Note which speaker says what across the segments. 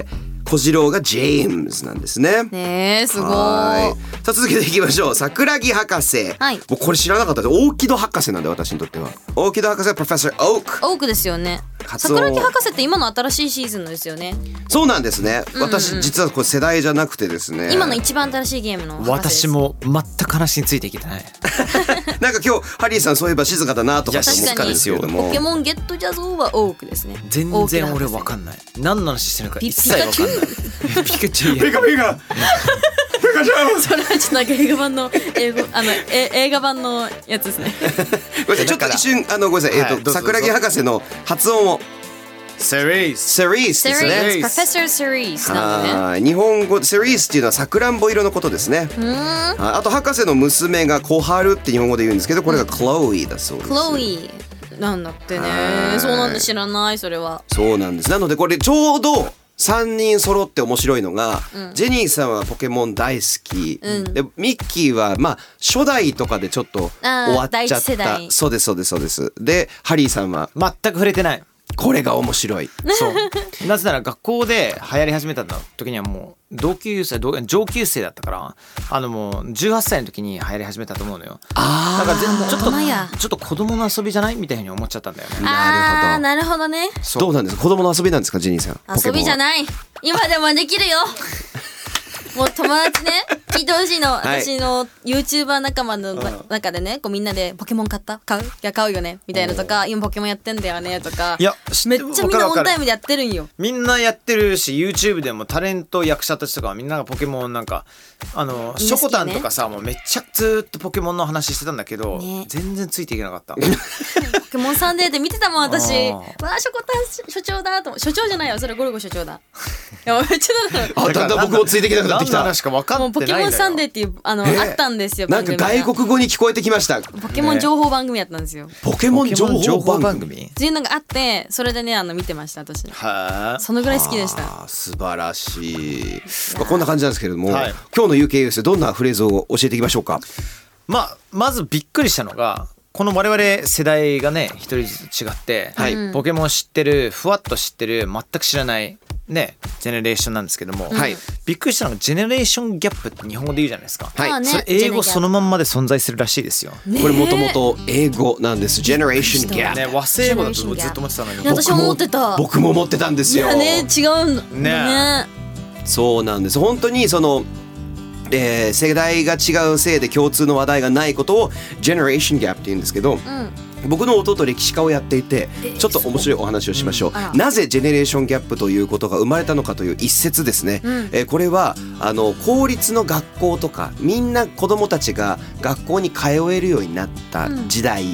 Speaker 1: えー、小次郎がジェームズなんですね。
Speaker 2: ねえすご
Speaker 1: はいいさあ続けていきましょう桜木博士、
Speaker 2: はい
Speaker 1: もうこれ知らなかったです大木戸博士なんで私にとっては大木戸博士はプロフェッサー・オーク
Speaker 2: 多くですよね
Speaker 1: カツオ
Speaker 2: 桜木博士って今の新しいシーズンのですよね
Speaker 1: そうなんですね、私実はこれ世代じゃなくてですね
Speaker 2: 今の一番新しいゲームの博士です
Speaker 3: 私も全く話についていけてない
Speaker 1: なんか今日ハリーさんそういえば静かだなとかって思って
Speaker 2: 確
Speaker 1: た
Speaker 2: か
Speaker 1: ん
Speaker 2: に
Speaker 1: ですけれども
Speaker 2: ポケモンゲットじゃぞーは多くですね
Speaker 3: 全
Speaker 2: 多くな
Speaker 3: 然
Speaker 2: ん
Speaker 3: 俺
Speaker 2: ですね
Speaker 3: 分かんない何の話してるのか
Speaker 2: ピ
Speaker 3: 一切分かんない ピカチュウ
Speaker 1: カピカ
Speaker 2: それはちょっとなんか映画版の英語あのえ映画版のやつですね
Speaker 1: ごめんなさいちょっと一瞬あのごめんなさい、
Speaker 3: は
Speaker 1: え
Speaker 3: いど
Speaker 1: っ
Speaker 3: う
Speaker 1: と
Speaker 3: ぞ
Speaker 1: 桜木博士の発音を
Speaker 3: セリース
Speaker 1: セリース
Speaker 2: セ
Speaker 1: で
Speaker 2: リ
Speaker 1: すね
Speaker 2: ース
Speaker 3: ね
Speaker 2: プロフェッサーセリースなんでね
Speaker 1: はい日本語セリースっていうのはさくらんぼ色のことですね
Speaker 2: うーん
Speaker 1: はいあと博士の娘が小春って日本語で言うんですけどこれがクロイだそうです
Speaker 2: クロイなんだって
Speaker 1: は
Speaker 2: ね
Speaker 1: い
Speaker 2: そうなんだ知らないそれは
Speaker 1: そうなんですなのでこれちょうど3人揃って面白いのが、ジェニーさんはポケモン大好き、
Speaker 2: うん
Speaker 1: でミッキーはまあ初代とかでちょっと終
Speaker 2: あー
Speaker 1: わっちゃ
Speaker 2: 第
Speaker 1: っ
Speaker 2: 一世
Speaker 1: た
Speaker 2: 代
Speaker 1: そうですそうですそうですでハリーさんは
Speaker 3: 全く触れてない
Speaker 1: これが面白い
Speaker 3: そうなぜなら学校で流行り始めた時にはもう同級生同上級生だったからあのもう18歳の時に流行り始めたと思うのよ
Speaker 1: あ
Speaker 3: だから全ちょっと
Speaker 2: 大人や
Speaker 3: ちょっと子供の遊びじゃないみたいに思っちゃったんだよね
Speaker 2: あーなるほどね
Speaker 1: ーどうなんですか子供の遊びなんですかジェニーさん
Speaker 2: 遊びじゃ
Speaker 1: い
Speaker 2: ない今でもできる よもう友達ね聞いてほしいの、
Speaker 1: はい
Speaker 2: 私の YouTuber 仲間の中でねこうみんなで「ポケモン買った買ういや買うよね」みたいなとか「今ポケモンやってんだよね」とか
Speaker 3: いや
Speaker 2: めっちゃみんなオンタイ
Speaker 3: ム
Speaker 2: ムでやってるんよ
Speaker 3: みんなやってるし YouTube でもタレント役者たちとかはみんながポケモンなんかあの
Speaker 2: みん
Speaker 3: シ
Speaker 2: な好きね
Speaker 3: ョコタンとかさもうめっちゃずーっとポケモンの話してたんだけど、
Speaker 2: ね
Speaker 3: 全然ついていけなかった
Speaker 2: 「ポケモンサンデー」で見てたもん私
Speaker 3: あー
Speaker 2: わあしょこたん所長だと思所長じゃないよそれゴルゴ所 長だいやめっちゃだか ら
Speaker 1: あだんだん僕もついていけなくなってき
Speaker 3: 何の
Speaker 1: た
Speaker 3: 話か分かってな
Speaker 2: も
Speaker 3: いう
Speaker 2: ポケモンサンデー
Speaker 3: ー
Speaker 2: っていうあの、あったんですよ
Speaker 1: なんか
Speaker 2: 番組が
Speaker 1: 外国語に聞こえてきました
Speaker 2: ポケモン情報番組やったんですよ
Speaker 1: ポケモン情報番組
Speaker 2: っていうのがあってそれでねあの見てました私
Speaker 3: はあ
Speaker 2: そのぐらい好きでした
Speaker 1: あー素晴らしい、まあ、こんな感じなんですけれども、
Speaker 3: はい
Speaker 1: 今日の UK ユースどんなフレーズを教えていきましょうか
Speaker 3: まあまずびっくりしたのがこの我々世代がね一人ずつ違って、
Speaker 1: はい
Speaker 3: ポケモン知ってるふわっと知ってる全く知らないねジェネレーションなんですけども、
Speaker 1: はい
Speaker 3: びっくりしたのがジェネレーションギャップって日本語で言うじゃないですか、
Speaker 1: はい
Speaker 2: まあね
Speaker 3: それ英語そのまんまで存在するらしいですよ、
Speaker 1: これもともと英語なんです。ジェネレーションギャッ
Speaker 3: ね
Speaker 1: プ。
Speaker 3: 和製英語だとずっと思ってたのに
Speaker 2: いや私も思ってた
Speaker 1: 僕も持ってたんです
Speaker 2: い
Speaker 1: よ
Speaker 2: や。ね違うんだね
Speaker 1: そうなんです。本当にその。えー世代が違うせいで共通の話題がないことをジェネレーションギャップって言うんですけど、僕の弟歴史家をやっていてちょっと面白いお話をしましょう、
Speaker 2: あら
Speaker 1: なぜジェネレーションギャップということが生まれたのかという一節ですね、えーこれはあの公立の学校とかみんな子どもたちが学校に通えるようになった時代、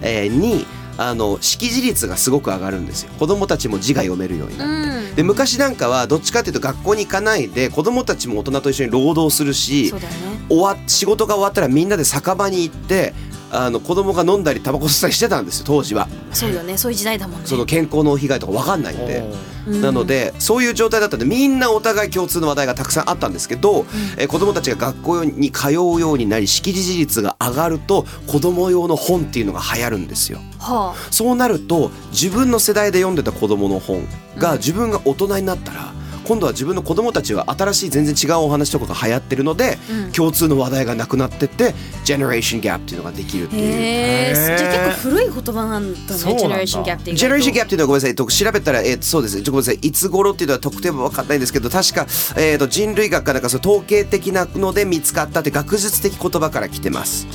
Speaker 1: えーにあの識字率がすごく上がるんですよ子どもたちも字が読めるようになって。
Speaker 2: うん
Speaker 1: で昔なんかはどっちかっていうと学校に行かないで子供たちも大人と一緒に労働するし
Speaker 2: そうだよね
Speaker 1: 終わ仕事が終わったらみんなで酒場に行ってあの子供が飲んだりタバコ吸ったりしてたんですよ当時は
Speaker 2: そうよねそういう時代だもんね
Speaker 1: その健康の被害とか分かんないんで。
Speaker 2: うん
Speaker 1: なのでそういう状態だったんでみんなお互い共通の話題がたくさんあったんですけど、えー子どもたちが学校に通うようになり識字率が上がると子ども用の本っていうのが流行るんですよ。
Speaker 2: は
Speaker 1: そうなると自分の世代で読んでた子どもの本が自分が大人になったら今度は自分の子供たちは新しい全然違うお話とかが流行ってるので、共通の話題がなくなってってジェネレーションギャップっていうのができるっていう。
Speaker 2: へえ
Speaker 3: へー
Speaker 2: じゃあ結構古い言葉なんだね
Speaker 3: そうなんだ
Speaker 2: ジェネレーションギャップって
Speaker 1: ジェネレーションギャ
Speaker 2: ャッ
Speaker 1: ップっていうのはごめんなさいと調べたら、えーそうですねちょごめんなさいいつ頃っていうのは特定は分かんないんですけど確か、えー、と人類学かなんかその統計的なので見つかったって学術的言葉から来てます。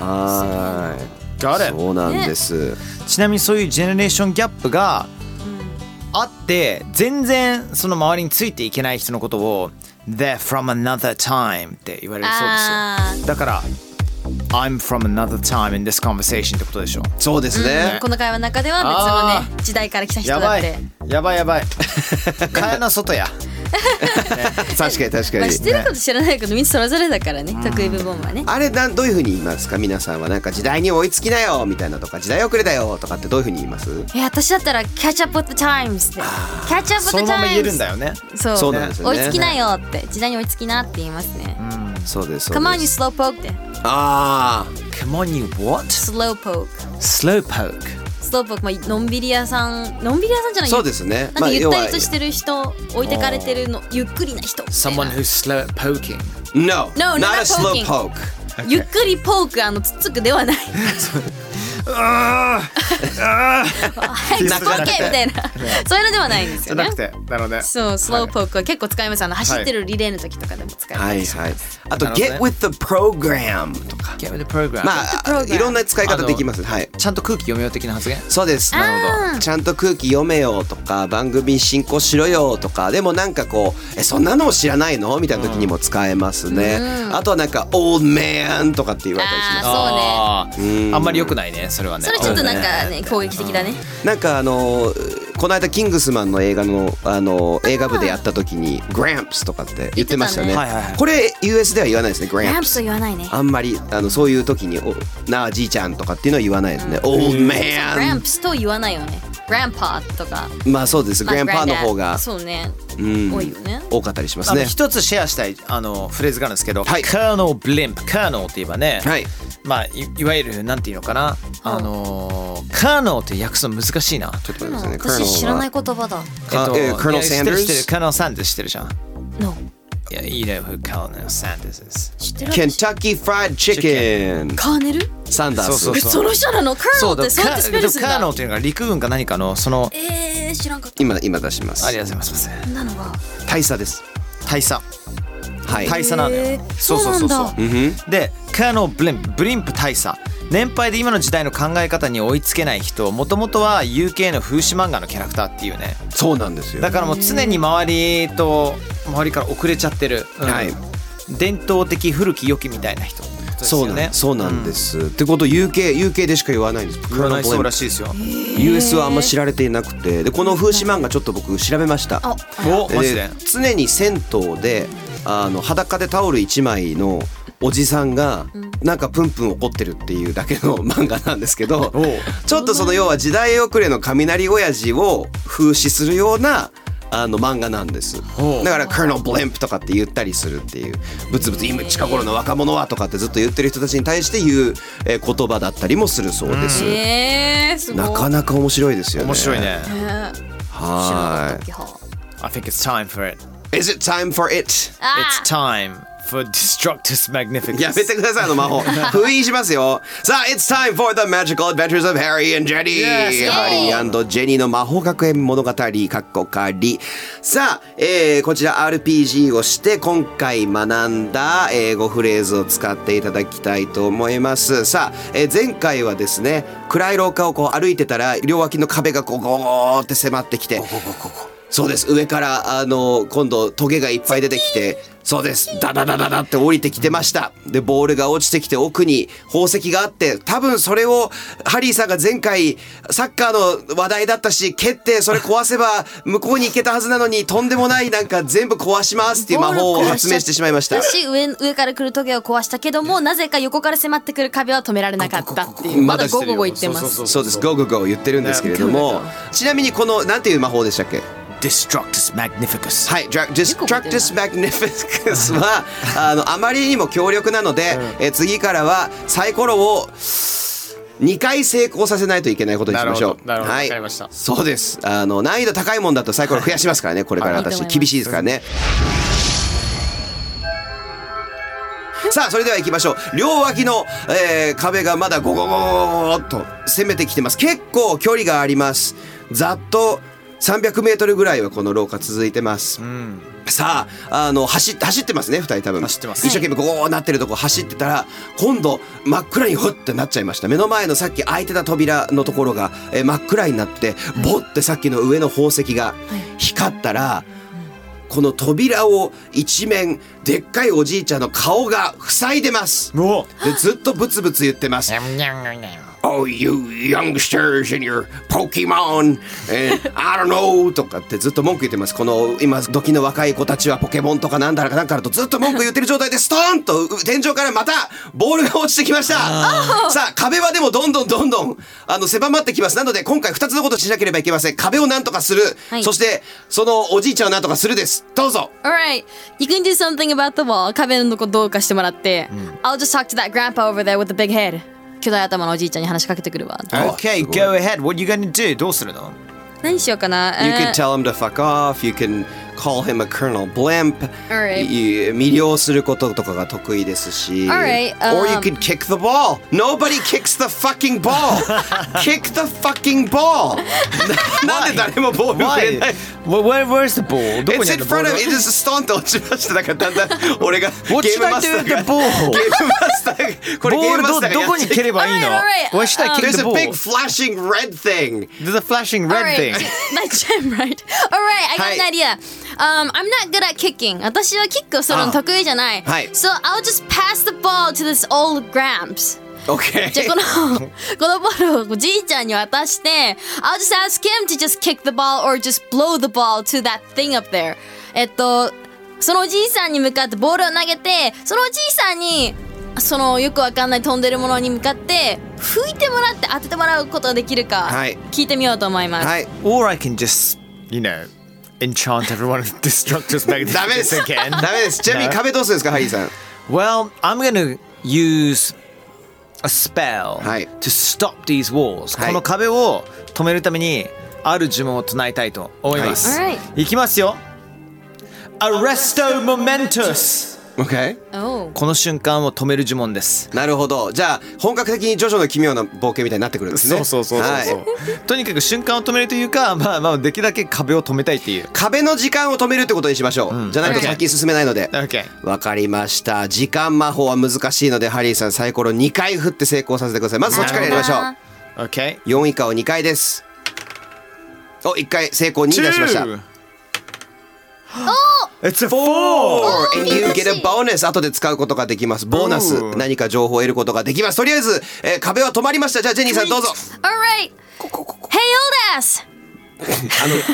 Speaker 1: はーい
Speaker 3: Got it.
Speaker 1: そうなんです。
Speaker 3: ちなみにそういうジェネレーションギャップがあって全然その周りについていけない人のことを「They're from another time」って言われるそう
Speaker 2: あ
Speaker 3: ですよだから「I'm from another time in this conversation」ってことでしょ
Speaker 1: そうですね。
Speaker 2: この会話の中では別のね時代から来た人
Speaker 3: やば
Speaker 2: だっ
Speaker 3: い
Speaker 2: て
Speaker 3: やばいや ばい蚊帳の外や
Speaker 1: 確かに確か
Speaker 2: まあ
Speaker 1: に
Speaker 2: 知っ。てること知らないことみんなそれぞれだからね得意部分はね
Speaker 1: あれなんどういうふうに言いますか皆さんはなんか時代に追いつきなよみたいなとか時代遅れだよとかってどういうふうに言います
Speaker 2: え私だったら「キャッチアップ・オット・タイムズ」って「キャッチアップ・
Speaker 3: そ
Speaker 2: オッ
Speaker 3: の
Speaker 2: ト・
Speaker 3: まま
Speaker 2: タ
Speaker 3: 言え
Speaker 2: イ
Speaker 3: る
Speaker 2: ム
Speaker 3: ん
Speaker 2: ズ
Speaker 3: だよね」
Speaker 2: そう
Speaker 1: そうなんですよ
Speaker 2: 追
Speaker 1: ね
Speaker 2: いつきなよって時代に追いつきなって言いますね
Speaker 1: そうです
Speaker 2: 「
Speaker 1: そうです
Speaker 2: Come on you slow poke」って
Speaker 1: あ
Speaker 3: 「Come on you what?
Speaker 2: 「slow poke」
Speaker 3: Slowpoke
Speaker 2: 「slow poke」まあのんびり屋さんのんびり屋さん
Speaker 1: あ
Speaker 2: じゃない
Speaker 1: そうですね
Speaker 2: なんかゆっ
Speaker 1: 要
Speaker 2: た
Speaker 1: は
Speaker 2: りとしてる人置いてかれてるのゆっくりな人みたい
Speaker 3: someone
Speaker 2: な
Speaker 3: who's slow at poking
Speaker 1: No,
Speaker 2: No,
Speaker 1: not
Speaker 2: not
Speaker 1: a slow
Speaker 2: poking.
Speaker 1: poke
Speaker 2: ゆっくりポークあのつっつくではない早 くポーケみたいなそういうのではないんです
Speaker 3: じ
Speaker 2: よ
Speaker 3: ゃ
Speaker 2: ね
Speaker 3: なくてなので
Speaker 2: そう、スローポークは結構使います。あの走ってるリレーの時とかでも使います。
Speaker 1: はいはいあと
Speaker 3: なる
Speaker 1: Get
Speaker 3: ほ
Speaker 1: with the program とか
Speaker 3: Get with the program
Speaker 1: まあ
Speaker 2: program
Speaker 1: いろんな使い方できますはい
Speaker 3: ちゃんと空気読めよう的な発言
Speaker 1: そうですな
Speaker 2: るほど
Speaker 1: ちゃんと空気読めよとか番組進行しろよとかでもなんかこうえそんなのも知らないのみたいな時にも使えますね、あとはなんか old man とかって言われたりします
Speaker 2: あーそう
Speaker 1: う
Speaker 3: あー
Speaker 2: ね
Speaker 1: ん
Speaker 3: あんまり良くないねそれはね
Speaker 2: それちょっとなんかね、攻撃的だね。
Speaker 1: なんかあのーこの間キングスマンの映画のあのー映画部でやった時にグランプスとかって言ってましたよね。
Speaker 3: 言ってたねはいはいはい
Speaker 1: これ US では言わないですね。グ
Speaker 2: ラ
Speaker 1: ラン
Speaker 2: ン
Speaker 1: プ
Speaker 2: プと
Speaker 1: ス。
Speaker 2: 言わないね。
Speaker 1: あんまりあのそういう時におなあじいちゃんとかっていうのは言わないですね。オール
Speaker 2: ラ
Speaker 1: マ
Speaker 2: ンプスと言わないよね。ランパーとか。
Speaker 1: ン。まあそうです。グランパーの方が
Speaker 2: そうね。
Speaker 1: うん
Speaker 2: 多いよね。
Speaker 1: 多かったりしま
Speaker 3: あ
Speaker 1: す
Speaker 3: の
Speaker 1: ね。
Speaker 3: 一つシェアしたいあのフレーズがあるんですけど、
Speaker 1: はい
Speaker 3: Colonel Blimp Colonel って言えばね、
Speaker 1: はい
Speaker 3: まあいいわゆるなんていうのかな、あのー Colonel って訳すの難しいな
Speaker 1: ちょっと待ってくださいね。
Speaker 2: 私知らない
Speaker 1: い。
Speaker 2: 言葉だ。
Speaker 1: あえー Colonel
Speaker 3: いや知ってる
Speaker 1: Sanders？
Speaker 3: 知ってる Colonel Sanders 知ってるじゃん
Speaker 2: No。
Speaker 3: いや You know who Colonel Sanders is
Speaker 2: 知ってる
Speaker 1: ケンタッキーフライドチキン。
Speaker 2: カーネル
Speaker 1: サンダース。
Speaker 3: そう
Speaker 2: え、その人なのカーネルってそうやってスペルするん
Speaker 3: Colonel
Speaker 2: だ
Speaker 3: っ。ていうのが陸軍か何かのその
Speaker 2: えー、知らんかった。
Speaker 1: 今今出しま
Speaker 3: あり
Speaker 1: す。
Speaker 3: がとうございます
Speaker 2: そんなのは。
Speaker 1: 大佐です。
Speaker 3: 大佐
Speaker 1: はい。
Speaker 3: 大佐なのよ、
Speaker 2: へーそうなんだ
Speaker 1: うんふん
Speaker 3: でカーノブリンプブリンプ大佐年配で今の時代の考え方に追いつけない人もともとは UK の風刺漫画のキャラクターっていうね
Speaker 1: そうなんですよ
Speaker 3: だ。からもう常に周りと周りから遅れちゃってる、うん
Speaker 1: はい
Speaker 3: 伝統的古き良きみたいな人
Speaker 1: そうなん
Speaker 3: ね
Speaker 1: そうなんです。ってこと UK UK でしか言わないんです。
Speaker 3: 言わないそうら
Speaker 1: い。
Speaker 3: しいですよ
Speaker 1: US はあんま知られていなくて、でこの風刺漫画ちょっと僕調べました。
Speaker 2: あ、
Speaker 3: おマジで
Speaker 1: 常に銭湯であの裸でタオル一枚のおじさんがなんかプンプン怒ってるっていうだけの 漫画なんですけど
Speaker 3: おう
Speaker 1: ちょっとその要は時代遅れの雷親父を風刺するようなあの漫画なんです
Speaker 3: おう
Speaker 1: だから「カーノブレンプ」とかって言ったりするっていうブツブツ今近頃の若者はとかってずっと言ってる人たちに対して言う、えー言葉だったりもするそうです、
Speaker 2: えー、すごい。
Speaker 1: なかなか面白いですよね
Speaker 3: 面白いね
Speaker 2: ね知らなか
Speaker 1: は
Speaker 2: ったっ
Speaker 1: い
Speaker 2: けは
Speaker 3: I think it's time for it
Speaker 1: Is it time for it?
Speaker 2: あ
Speaker 3: It's time for Destructus Magnificus
Speaker 1: やめてくださいあの魔法封印しますよさあ It's time for the magical adventures of Harry and Jenny、
Speaker 3: Yes
Speaker 1: ハリージェニーの魔法学園物語かっこかりさあ、えーこちら RPG をして今回学んだ英語フレーズを使っていただきたいと思いますさあ、えー前回はですね暗い廊下をこう歩いてたら両脇の壁がこうゴーって迫ってきてそうです上からあの今度トゲがいっぱい出てきてそうですダダダダダって降りてきてましたでボールが落ちてきて奥に宝石があって多分それをハリーさんが前回サッカーの話題だったし蹴ってそれ壊せば向こうに行けたはずなのにとんでもないなんか全部壊しますっていう魔法を発明してしまいました
Speaker 2: 私上上から来るトゲを壊したけどもなぜか横から迫ってくる壁は止められなかったっていうまだゴゴゴ言ってます
Speaker 1: そうですゴーゴーゴー言ってるんですけれどもちなみにこのなんていう魔法でしたっけ
Speaker 3: Destructus Magnificus
Speaker 1: はい、Dra- Destructus Magnificus はあのあまりにも強力なので、え次からはサイコロを2回成功させないといけないことにしましょう
Speaker 3: なるほどなるほど
Speaker 1: は
Speaker 3: わ
Speaker 1: い
Speaker 3: かりました
Speaker 1: そうですあの難易度高いもんだとサイコロ増やしますからねこれから
Speaker 2: はいいい
Speaker 1: 私
Speaker 2: と思います
Speaker 1: 厳しいですからねさあそれでは行きましょう両脇の、えー壁がまだゴゴゴゴゴゴっと攻めてきてます結構距離がありますざっと300メートルぐらいはこの廊下続いてます、さああの走って走ってますね2人多分
Speaker 3: 走ってます
Speaker 1: 一生懸命ゴーなってるとこ走ってたら今度真っ暗にふってなっちゃいました目の前のさっき開いてた扉のところが、えー真っ暗になってボッてさっきの上の宝石が光ったらこの扉を一面でっかいおじいちゃんの顔が塞いでます
Speaker 3: うわ
Speaker 1: でずっとブツブツ言ってます Oh, you youngsters and your Pokemon and I don't know とかってずっと文句言ってます。この今時の若い子たちはポケモンとかなんだらかなんかだとずっと文句言ってる状態でストーンと天井からまたボールが落ちてきました。さあ壁はでもどんどんどんどんあの狭まってきます。なので今回2つのことしなければいけません。壁をなんとかする。
Speaker 2: はい
Speaker 1: そしてそのおじいちゃんをなんとかするです。どうぞ。
Speaker 2: Alright, you can do something about the wall. 壁のとこどうかしてもらって。I'll
Speaker 1: Mm.
Speaker 2: just talk to that grandpa over there with the big head. 巨大頭のおじいちゃんに話しかけてくるわ。
Speaker 1: あ
Speaker 3: Okay,
Speaker 1: すごい
Speaker 3: go ahead. What are you going to do? どうするの
Speaker 2: 何しようかな。
Speaker 1: You
Speaker 2: え
Speaker 1: can
Speaker 2: ー
Speaker 1: tell him to fuck off. You can call him a Colonel Blimp.
Speaker 2: Alright.
Speaker 1: い魅了することとかが得意ですし。
Speaker 2: Alright,
Speaker 1: Or you
Speaker 2: um,
Speaker 1: can kick the ball. Nobody kicks the fucking ball. kick the fucking ball. ななんで誰もボール触れ
Speaker 3: Why?
Speaker 1: ない
Speaker 3: Where, where, where's the ball? どこ
Speaker 1: It's
Speaker 3: にあ
Speaker 1: in
Speaker 3: るボー
Speaker 1: front
Speaker 3: ル
Speaker 1: of it is ストンと落ちましただから だんだん俺が
Speaker 3: What
Speaker 1: ゲー
Speaker 3: should
Speaker 1: ム
Speaker 3: I
Speaker 1: マ
Speaker 3: do
Speaker 1: スタ
Speaker 3: with the
Speaker 1: ーが
Speaker 3: ball?
Speaker 1: ゲームマスターがこれ
Speaker 3: ボ
Speaker 1: ゲー
Speaker 3: ー
Speaker 1: ム
Speaker 3: ル
Speaker 1: マ
Speaker 3: ど
Speaker 1: スターが
Speaker 3: どこに蹴ればいいの
Speaker 2: Alright, alright.
Speaker 3: Where should I kick
Speaker 1: There's
Speaker 3: the
Speaker 1: a
Speaker 3: ball?
Speaker 1: big flashing red thing.
Speaker 3: There's a flashing red thing.
Speaker 2: Alright, That's gem, right? Alright, I got an
Speaker 1: はい
Speaker 2: idea. Um, I'm not good at kicking. 私はキックをす
Speaker 1: Ah.
Speaker 2: るの得意じゃない。
Speaker 1: あはい
Speaker 2: So I'll just pass the ball to this old gramps.
Speaker 1: Okay.
Speaker 2: じゃあこ のこのボールをおじいちゃんに渡して、I'll just ask him to just kick the ball or just blow the ball to that thing up there. えっと、そのおじいさんに向かってボールを投げて、そのおじいさんに、そのよくわかんない飛んでるものに向かって、吹いてもらって当ててもらうことができるか、
Speaker 1: はい
Speaker 2: 聞いてみようと思います。
Speaker 1: はい。
Speaker 3: Or I can just, you know, enchant everyone with destructive
Speaker 1: ダメで
Speaker 3: magnetism
Speaker 1: す。
Speaker 3: again.
Speaker 1: ダメです。ちなみに
Speaker 3: No.
Speaker 1: 壁どうするんですか、ハリーさん。
Speaker 3: Well, I'm going to use a spell
Speaker 1: はい
Speaker 3: to stop these walls.
Speaker 1: はい
Speaker 3: この壁を止めるためにある呪文を唱えたいと思います。
Speaker 2: はい
Speaker 3: いきますよ。Arresto Momentous!
Speaker 1: OK。
Speaker 2: Oh.
Speaker 3: この瞬間を止める呪文です。
Speaker 1: なるほど。じゃあ本格的にジョジョの奇妙な冒険みたいになってくるんですね。
Speaker 3: そうそうそうそうそう、
Speaker 1: はい
Speaker 3: とにかく瞬間を止めるというか、まあまあ、できるだけ壁を止めたいっていう。
Speaker 1: 壁の時間を止めるってことにしましょう。じゃないと
Speaker 3: OK
Speaker 1: 先進めないので。
Speaker 3: OK。
Speaker 1: わかりました。時間魔法は難しいので、ハリーさんサイコロ2回振って成功させてください。まずそっちからやりましょう。
Speaker 3: OK。
Speaker 1: 4以下を2回です。お、1回成功2出しました。
Speaker 3: Two. It's a four!
Speaker 1: Or and you get a bonus 後で使うことができます。ボーナス
Speaker 3: おー
Speaker 1: 何か情報を得ることができます。とりあえず、えー壁は止まりました。じゃあジェニーさんどうぞ。
Speaker 2: Alright. Hey, old ass!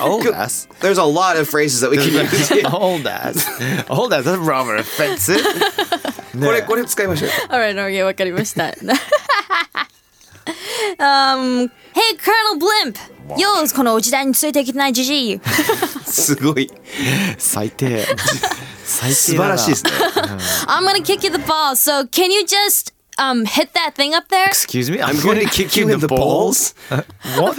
Speaker 3: Old ass.
Speaker 1: There's a lot of phrases that we can use. here.
Speaker 3: Old ass. Old ass. That's rather offensive.
Speaker 1: これこれ使いましょう。
Speaker 2: Alright, okay, わかりました。um, hey, Colonel Blimp! Yo, この時代についていけてないじ じい。
Speaker 1: すごい
Speaker 3: 最低。最低
Speaker 1: 素晴らしいですね。
Speaker 2: I'm gonna kick you the ball, so can you just um hit that thing up there?
Speaker 3: Excuse me? I'm
Speaker 1: going to kick you in the balls?
Speaker 3: What?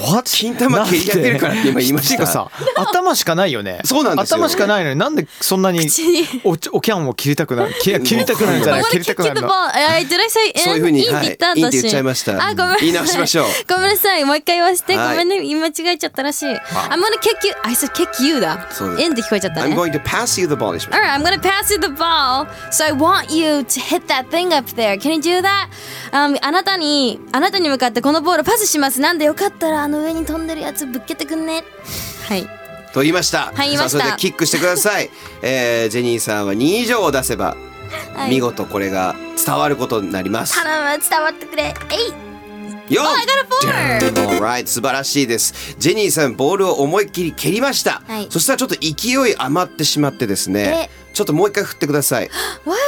Speaker 3: What?
Speaker 1: 金玉蹴り上げるからって今言いました
Speaker 3: てかさ、頭しかないよね。
Speaker 1: そうなんですよ
Speaker 3: 頭しかないのになんでそんなに
Speaker 2: 口に
Speaker 3: おおキャンを切りたくなる。切切りたくなるんじゃな
Speaker 2: I'm
Speaker 3: い
Speaker 2: gonna
Speaker 3: 切り
Speaker 2: kick
Speaker 3: たく
Speaker 2: you
Speaker 3: なる
Speaker 2: the
Speaker 3: の。
Speaker 2: ball. Uh, えいってらっしゃい。
Speaker 1: そういうふうに
Speaker 2: いいって言った
Speaker 1: はい
Speaker 2: 私。
Speaker 1: いいって言っちゃいました
Speaker 2: あ、ごめんなさい。
Speaker 1: 言い直しましょう
Speaker 2: ごめんなさい。もう一回言わせて。ご
Speaker 1: はい
Speaker 2: めんね。言い間違えちゃったらしい。I'm gonna kick you. I said kick you だ
Speaker 1: そう。です
Speaker 2: in って聞こえちゃった
Speaker 1: I'm。
Speaker 2: ね
Speaker 1: going to pass you the ball にしまし
Speaker 2: All right, I'm gonna pass you the ball. So I want you to hit that thing up there. Can you do that? Um, あなたにあなたに向かってこのボールパスします。なんでよかったらあの上に飛んでるやつぶっけてくんね。はい。
Speaker 1: たと言いました。
Speaker 2: い言いまし
Speaker 1: さ
Speaker 2: た
Speaker 1: あそれでキックしてください。えージェニーさんは2以上を出せば
Speaker 2: はい
Speaker 1: 見事これが伝わることになります。
Speaker 2: 頼む伝わってくれ。えい。
Speaker 1: よ
Speaker 2: Oh, I got a four.
Speaker 1: Alright 素晴らしいですジェニーさんボールを思いっきり蹴りました、
Speaker 2: はい
Speaker 1: そしたらちょっと勢い余ってしまってですねちょっともう一回振ってください
Speaker 2: What?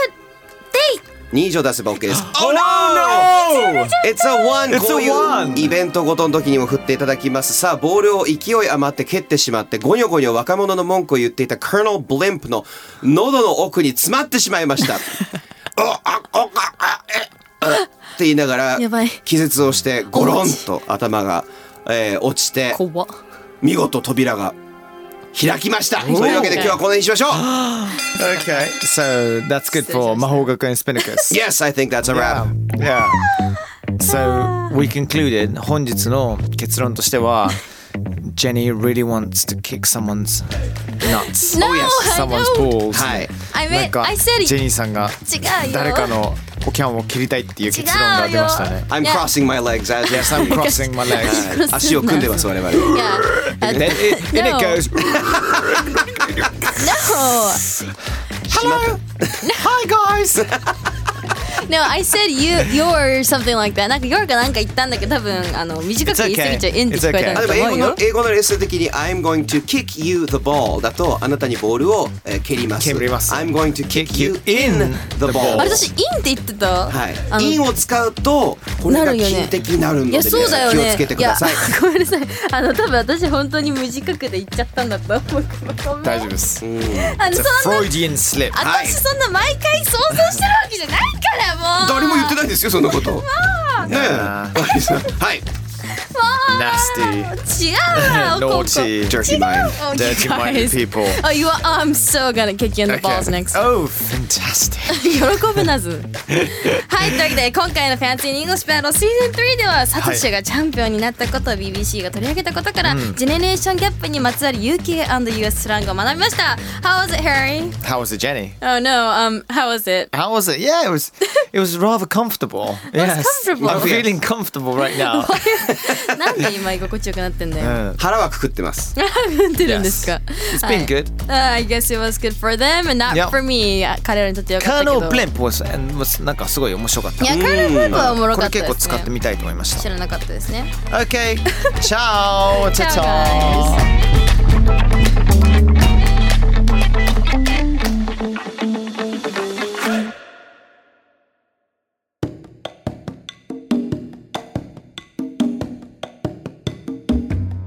Speaker 1: 2以上出せば OK です
Speaker 3: Oh no!
Speaker 1: It's a one!
Speaker 3: It's a
Speaker 1: こういう
Speaker 3: one
Speaker 1: イベントごとの時にも振っていただきます。さあ、ボールを勢い余って蹴ってしまって、ゴニョゴニョ若者の文句を言っていた Colonel Blimp の 喉の奥に詰まってしまいました。おあおああえあって言いながら
Speaker 2: やばい
Speaker 1: 気絶をしてゴロンと頭が、えー落ちて
Speaker 2: 怖っ
Speaker 1: 見事扉が開きましたというわけで今日はこの辺にしましょう
Speaker 3: Okay, so that's good for Mahogaku and Spinnakers.
Speaker 1: Yes, I think that's a wrap
Speaker 3: Yeah. So we concluded 本日の結論としては Jenny really wants to kick someone's nuts.
Speaker 2: No,
Speaker 3: Oh, yes,
Speaker 2: I
Speaker 3: someone's
Speaker 2: don't.
Speaker 3: balls.
Speaker 1: はい
Speaker 2: I
Speaker 3: なん
Speaker 2: mean
Speaker 3: か
Speaker 2: I said
Speaker 3: ジェ
Speaker 2: it
Speaker 3: ニーさんが
Speaker 2: 違うよ
Speaker 3: 誰かのポキャンを切りたいっていう結論が出ましたね。
Speaker 1: I'm
Speaker 2: Yeah.
Speaker 1: crossing my legs as
Speaker 3: Yes, I'm crossing my legs.
Speaker 1: はい足を組んでます我々
Speaker 2: Yeah.
Speaker 3: And then it, and it
Speaker 2: No.
Speaker 3: goes.
Speaker 2: No.
Speaker 3: Hello. Hi guys.
Speaker 2: No, I said you, you're something like that. なんか your かなんか言ったんだけど、多分あの短く言いすぎち
Speaker 3: It's
Speaker 2: ゃう
Speaker 3: okay.
Speaker 2: エンって聞こえたん
Speaker 1: あ
Speaker 2: だ
Speaker 1: で
Speaker 2: と
Speaker 1: も英
Speaker 2: 思う
Speaker 1: 語
Speaker 2: よ
Speaker 1: の。英語のレッスン的に I'm going to kick you the ball だとあなたにボールを、えー蹴ります
Speaker 3: 蹴ります
Speaker 1: I'm going to kick you
Speaker 3: Kick you in
Speaker 1: in the
Speaker 3: the ball
Speaker 1: ball
Speaker 2: あれ私インって言ってた。
Speaker 1: はい
Speaker 2: あ、の
Speaker 1: インを使うとこれ
Speaker 2: な
Speaker 1: が
Speaker 2: るよね
Speaker 1: 金的になるの
Speaker 2: い
Speaker 1: で、
Speaker 2: やそうだよ
Speaker 1: 気
Speaker 2: ね。
Speaker 1: をつけてください
Speaker 2: や ごめんなさい。あの多分私本当に短くで言っちゃったんだと思う。ごめん
Speaker 3: 大丈夫です。
Speaker 2: あの
Speaker 3: It's
Speaker 2: そ
Speaker 3: a
Speaker 2: んな
Speaker 3: Freudian slip.
Speaker 2: 私そんな毎回想像してるわけじゃないからもう。
Speaker 1: 誰も言ってないですよそんな ことねえ
Speaker 3: あ
Speaker 1: はい
Speaker 3: Nasty,
Speaker 2: 違うわ。ここ
Speaker 3: naughty,
Speaker 1: Dirty mind
Speaker 2: Oh, you
Speaker 3: dirty minded
Speaker 2: guys.
Speaker 3: people.
Speaker 2: Oh, you are. I'm so gonna kick you in the balls
Speaker 3: Okay.
Speaker 2: next.
Speaker 3: Oh, fantastic.
Speaker 2: 喜ぶなずはいというわけで今回の「ファンシー・イングリッシュ・ペアロ」シーズン3ではサトシがチャンピオンになったことを BBC が取り上げたことから、ジェネレーションギャップにまつわる UK&US スラングを学びました How was it, Harry?
Speaker 3: How was it, Jenny?
Speaker 2: Oh no, um, how was it?
Speaker 3: How was it? Yeah, it was. It was rather comfortable. yes,
Speaker 2: comfortable.
Speaker 3: I'm feeling comfortable right now.
Speaker 2: なんで今居心地よくなってんだよ
Speaker 1: 腹はくくってます
Speaker 2: なってるんですか
Speaker 3: It's been good.
Speaker 2: Uh, I guess it was good for them and not
Speaker 3: Yeah.
Speaker 2: for me あ彼らにとってよかったけど
Speaker 3: Colonel Blimp was and was なんかすごい面白かった。
Speaker 2: いや、カール・ブープはおもろ
Speaker 3: これ
Speaker 2: かった
Speaker 3: 結構
Speaker 2: です
Speaker 3: 使って
Speaker 2: ね
Speaker 3: みたいと思いまし
Speaker 2: 知
Speaker 3: た。
Speaker 2: らなかったですね
Speaker 3: Okay, ciao, ciao,
Speaker 2: Ciao, guys.
Speaker 3: ciao. guys.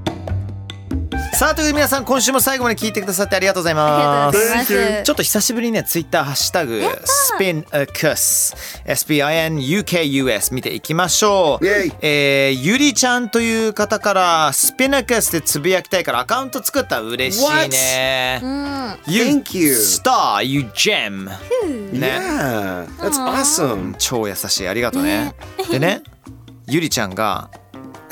Speaker 3: さあということで皆さん今週も最後まで聞いてくださってありがとうございます。
Speaker 2: ありがとうございます
Speaker 3: ちょっと久しぶりにねツイッターハッシュタグスピンアクス SPINUKUS 見ていきましょう。
Speaker 1: イェイ
Speaker 3: えー、ゆりちゃんという方からスピナクスでつぶやきたいからアカウント作ったら嬉しいね。You
Speaker 1: Thank you.
Speaker 3: star, you gem. ね、
Speaker 1: Yeah That's awesome
Speaker 3: 超優しいありがとうね。でね、ゆりちゃんが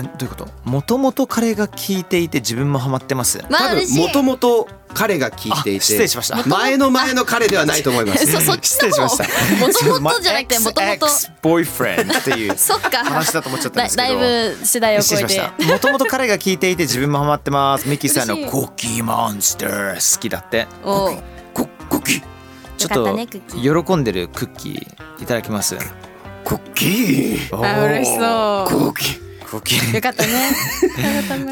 Speaker 3: えどういうこと？もともと彼が聞いていて自分もハマってます。
Speaker 2: ま
Speaker 1: 多
Speaker 2: あ
Speaker 1: 分
Speaker 2: 嬉しい
Speaker 1: もともと彼が聞いてい
Speaker 3: あ
Speaker 1: て
Speaker 3: 失礼しました
Speaker 1: 前の前の彼ではないと思います
Speaker 2: そそっち
Speaker 3: 失
Speaker 2: の
Speaker 3: 礼しま
Speaker 2: 方
Speaker 3: した。
Speaker 2: もともとじゃなくてもともと
Speaker 3: Ex- ex-boyfriend っていう。
Speaker 2: そっか
Speaker 3: 話だと思っちゃったんですけど
Speaker 2: だだいぶ世代を
Speaker 3: 失
Speaker 2: 超
Speaker 3: 礼
Speaker 2: え
Speaker 3: しましてた。もともと彼が聞いていて自分もハマってます。ミッキーさんの
Speaker 2: 嬉しい
Speaker 3: コッキーモンスター好きだって。
Speaker 2: おう
Speaker 3: ココッキー。ちょっ
Speaker 2: よか
Speaker 3: と
Speaker 2: ったねクッキ
Speaker 3: 喜んでるクッキーいただきます。
Speaker 1: コッキー
Speaker 3: お
Speaker 2: あ
Speaker 3: ー
Speaker 2: 嬉しそう
Speaker 1: コッキー
Speaker 3: コッキー
Speaker 2: よかったね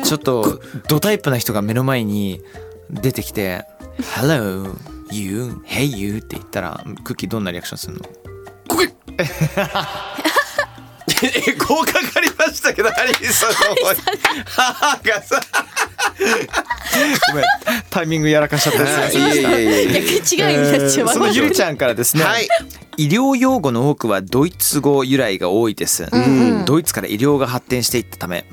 Speaker 3: ちょっとドタイプな人が目の前に出てきて「Hello you hey you」って言ったらクッキーどんなリアクションするの
Speaker 1: これ えこうかかりましたけどハリーさんの思い母がさ
Speaker 3: ごめんタイミングやらかしちゃった ですいませんでした。
Speaker 2: 逆に違うになっちゃうわ
Speaker 3: そのゆりちゃんからですね、
Speaker 1: はい
Speaker 3: 医療用語の多くはドイツ語由来が多いです、ドイツから医療が発展していったため、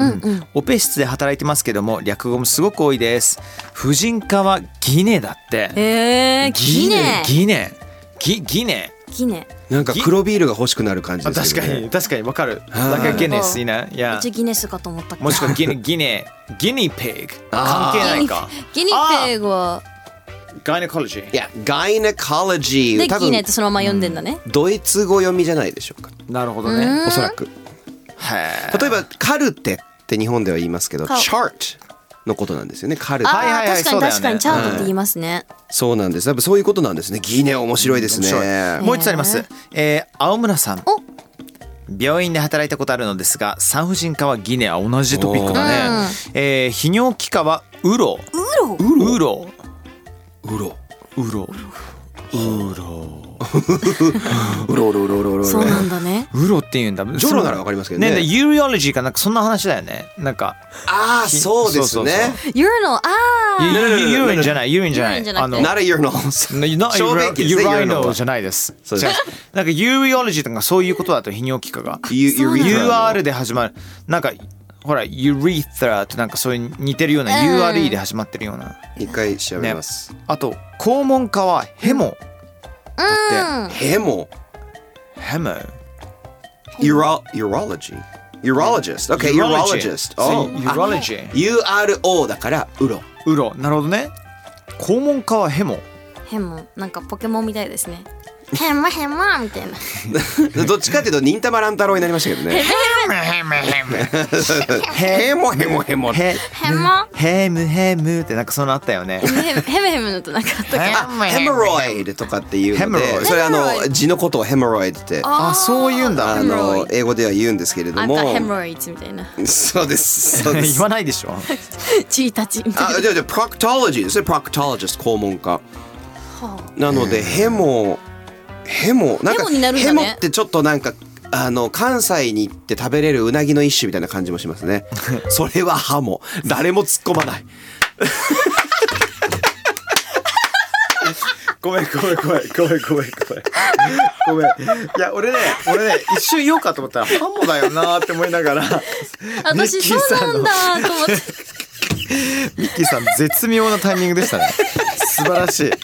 Speaker 3: オペ室で働いてますけども略語もすごく多いです婦人科はギネだって、
Speaker 2: えーギネ
Speaker 3: ギネギギネ
Speaker 2: ギネ
Speaker 1: なんか黒ビールが欲しくなる感じ
Speaker 3: あ
Speaker 1: で
Speaker 3: 確
Speaker 1: すよ
Speaker 3: か
Speaker 1: ね
Speaker 3: に確かにわかる
Speaker 1: はい
Speaker 3: なんかギネスいないいや
Speaker 2: 一応ギネスかと思ったけど
Speaker 3: もしくは ギネギネギニペグ関係ないか
Speaker 2: ギニペグは
Speaker 3: ガイネコロジー
Speaker 1: いや gynecology
Speaker 2: で
Speaker 1: 多
Speaker 2: ギネ
Speaker 1: 分
Speaker 2: ってそのまま読んでんだね
Speaker 1: ドイツ語読みじゃないでしょうか
Speaker 3: なるほどね
Speaker 1: おそらく
Speaker 3: はい
Speaker 1: 例えばカルテって日本では言いますけど
Speaker 2: カル
Speaker 1: チャートのことなんですよねカルテ
Speaker 2: あ
Speaker 3: はいはい
Speaker 2: ー
Speaker 3: はい
Speaker 2: 確か
Speaker 3: そう
Speaker 2: に
Speaker 3: だよね
Speaker 2: 確かにチャートって言いますね
Speaker 1: そうなんです多分そういうことなんですねギネ面白いですね
Speaker 3: もう一つあります。えー、青村さん
Speaker 2: お。
Speaker 3: 病院で働いたことあるのですが産婦人科はギネア同じトピックだね、えー、泌尿器科はウロウロウロ
Speaker 1: うろ
Speaker 3: ウロウロ
Speaker 1: うろうろうろうろうろ
Speaker 2: そうなんだね
Speaker 3: ウロっていうんだ
Speaker 1: ジョロならわかりますけどね
Speaker 3: ねでユーリオロジーかなんかそんな話だよねなんか
Speaker 1: ああそうですね
Speaker 3: そうそう
Speaker 2: Urinal あ
Speaker 3: ユ
Speaker 2: あ
Speaker 3: ユユーリンじゃないユーリンじゃな
Speaker 2: ユーリンじ
Speaker 3: い
Speaker 2: ゃなくて
Speaker 3: あの
Speaker 1: Not a urinals
Speaker 3: なな
Speaker 1: 小便器です
Speaker 3: ユ
Speaker 1: ね
Speaker 3: ーライ
Speaker 1: urinal
Speaker 3: ノ
Speaker 1: は
Speaker 3: じゃないです。
Speaker 1: そうです
Speaker 3: 違なんかユーリオロジーとかそういうことだと泌尿器科が。
Speaker 1: You- urethra の
Speaker 3: UR で始まる。なんかほらユリテラってなんかそういう似てるような URE で始まってるような。
Speaker 1: 一回調べます
Speaker 3: あと肛門科はヘモだっ
Speaker 1: ヘモ
Speaker 3: てヘモ。
Speaker 1: Uro urology urologist okay urologist oh
Speaker 3: ユーロロジー。
Speaker 1: U R O だからウ ロ
Speaker 3: ウロなるほどね。肛門科はヘモ。
Speaker 2: ヘモなんかポケモンみたいですねヘモヘモみたいな
Speaker 1: どっちかっていうと忍たま乱太郎になりましたけどねヘモヘモヘモ
Speaker 3: ヘ
Speaker 2: ヘモ
Speaker 3: ヘムヘムってなんかそんなのあったよね。
Speaker 2: ヘムヘムヘムのとなんかあったけど
Speaker 1: あヘモロイドとかっていうの
Speaker 3: Hemorrhoid
Speaker 1: でそれあ
Speaker 2: Hemorrhoid
Speaker 1: の字のことをヘモロイドって
Speaker 3: あそういうんだ
Speaker 1: あ。の英語では言うんですけれど
Speaker 2: あん
Speaker 1: も
Speaker 2: たヘモロイズみたいな
Speaker 1: そうですそうで
Speaker 3: 言
Speaker 1: す
Speaker 3: わないでしょ。
Speaker 2: チータチみたい
Speaker 1: あ
Speaker 2: な
Speaker 1: じゃあじゃあ proctology ですね proctologist 肛門科なのでヘモヘモなん
Speaker 2: ヘ
Speaker 1: か
Speaker 2: モになるんだ
Speaker 1: ヘモ
Speaker 2: ね
Speaker 1: ってちょっとなんかあの関西に行って食べれるうなぎの一種みたいな感じもします ねそれはハモ誰も突っ込まない ごめんごめんごめんごめんごめんごめん
Speaker 3: ごめん。いや、俺ね、俺ね、一瞬言おうかと思ったら、ハモだよなーって思いながら、ミ
Speaker 2: 私
Speaker 3: ッキ
Speaker 2: そ
Speaker 3: ーさん
Speaker 2: う
Speaker 3: の
Speaker 2: なんだと思って
Speaker 3: ミッキーさん、絶妙なタイミングでしたね。素晴らしい。
Speaker 1: あ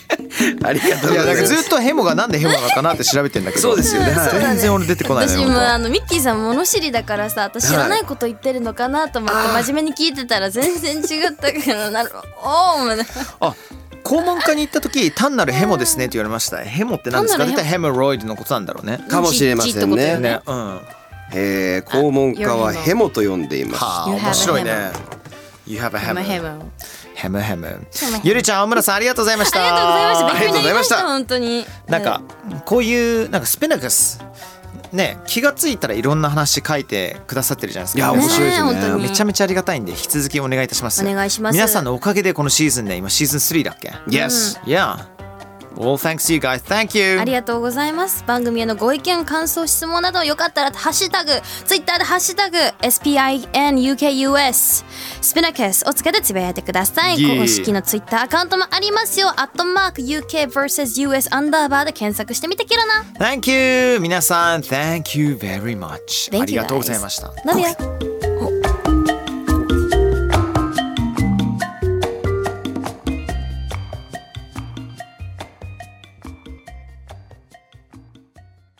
Speaker 1: りがとう
Speaker 3: い
Speaker 1: ご
Speaker 3: や、
Speaker 1: ざ
Speaker 3: ないんか
Speaker 1: ます
Speaker 3: ずっとヘモがなんでヘモなのかなって調べてんだけど、
Speaker 1: そうですよねはい
Speaker 3: 全然俺出てこない
Speaker 2: 私
Speaker 3: の
Speaker 2: もあ
Speaker 3: よ。
Speaker 2: のミッキーさん物知りだからさ私知らないこと言ってるのかなと思って、真面目に聞いてたら全然違ったからなるおおむね
Speaker 3: あ肛門科に行った時単なるヘモですねって言われましたヘモって何ですか
Speaker 2: 単な
Speaker 3: 絶
Speaker 2: る
Speaker 3: 対ヘモロイドのことなんだろうね
Speaker 1: かもしれませんね
Speaker 3: ねうんは
Speaker 1: えー肛門科はヘモと呼んでいます
Speaker 3: あ
Speaker 2: You have a
Speaker 3: 面白いね You have a
Speaker 2: ヘムヘ
Speaker 3: hammer
Speaker 2: ム
Speaker 3: ヘムヘムゆりちゃん青村さんありがとうございまし
Speaker 2: あり
Speaker 3: た
Speaker 2: がとうございました勉強になりました
Speaker 1: あ
Speaker 2: 本当に
Speaker 3: なんかこういうなんかスペナガスね気がついたらいろんな話書いてくださってるじゃないですか。
Speaker 1: いや面白いですね
Speaker 2: ねえ本当に
Speaker 3: めちゃめちゃありがたいんで引き続きお願いいたします。
Speaker 2: お願いします
Speaker 3: 皆さんのおかげでこのシーズンね今シーズン3だっけ
Speaker 1: Yes
Speaker 3: ？Yeah。Well thanks to you guys. Thank you.
Speaker 2: ありがとうございます番組へのご意見感想質問などよかったらハッシュタグツイッターでハッシュタグ SPINUKUS スピナケスをつけてつぶやいてください、
Speaker 3: イエーイ
Speaker 2: 公式のツイッターアカウントもありますよアットマーク UKVSUS アンダーバーで検索してみてけろな
Speaker 3: Thank you 皆さん Thank you very much.
Speaker 2: Thank you,
Speaker 3: ありがとうございました。
Speaker 2: love you
Speaker 4: Podcast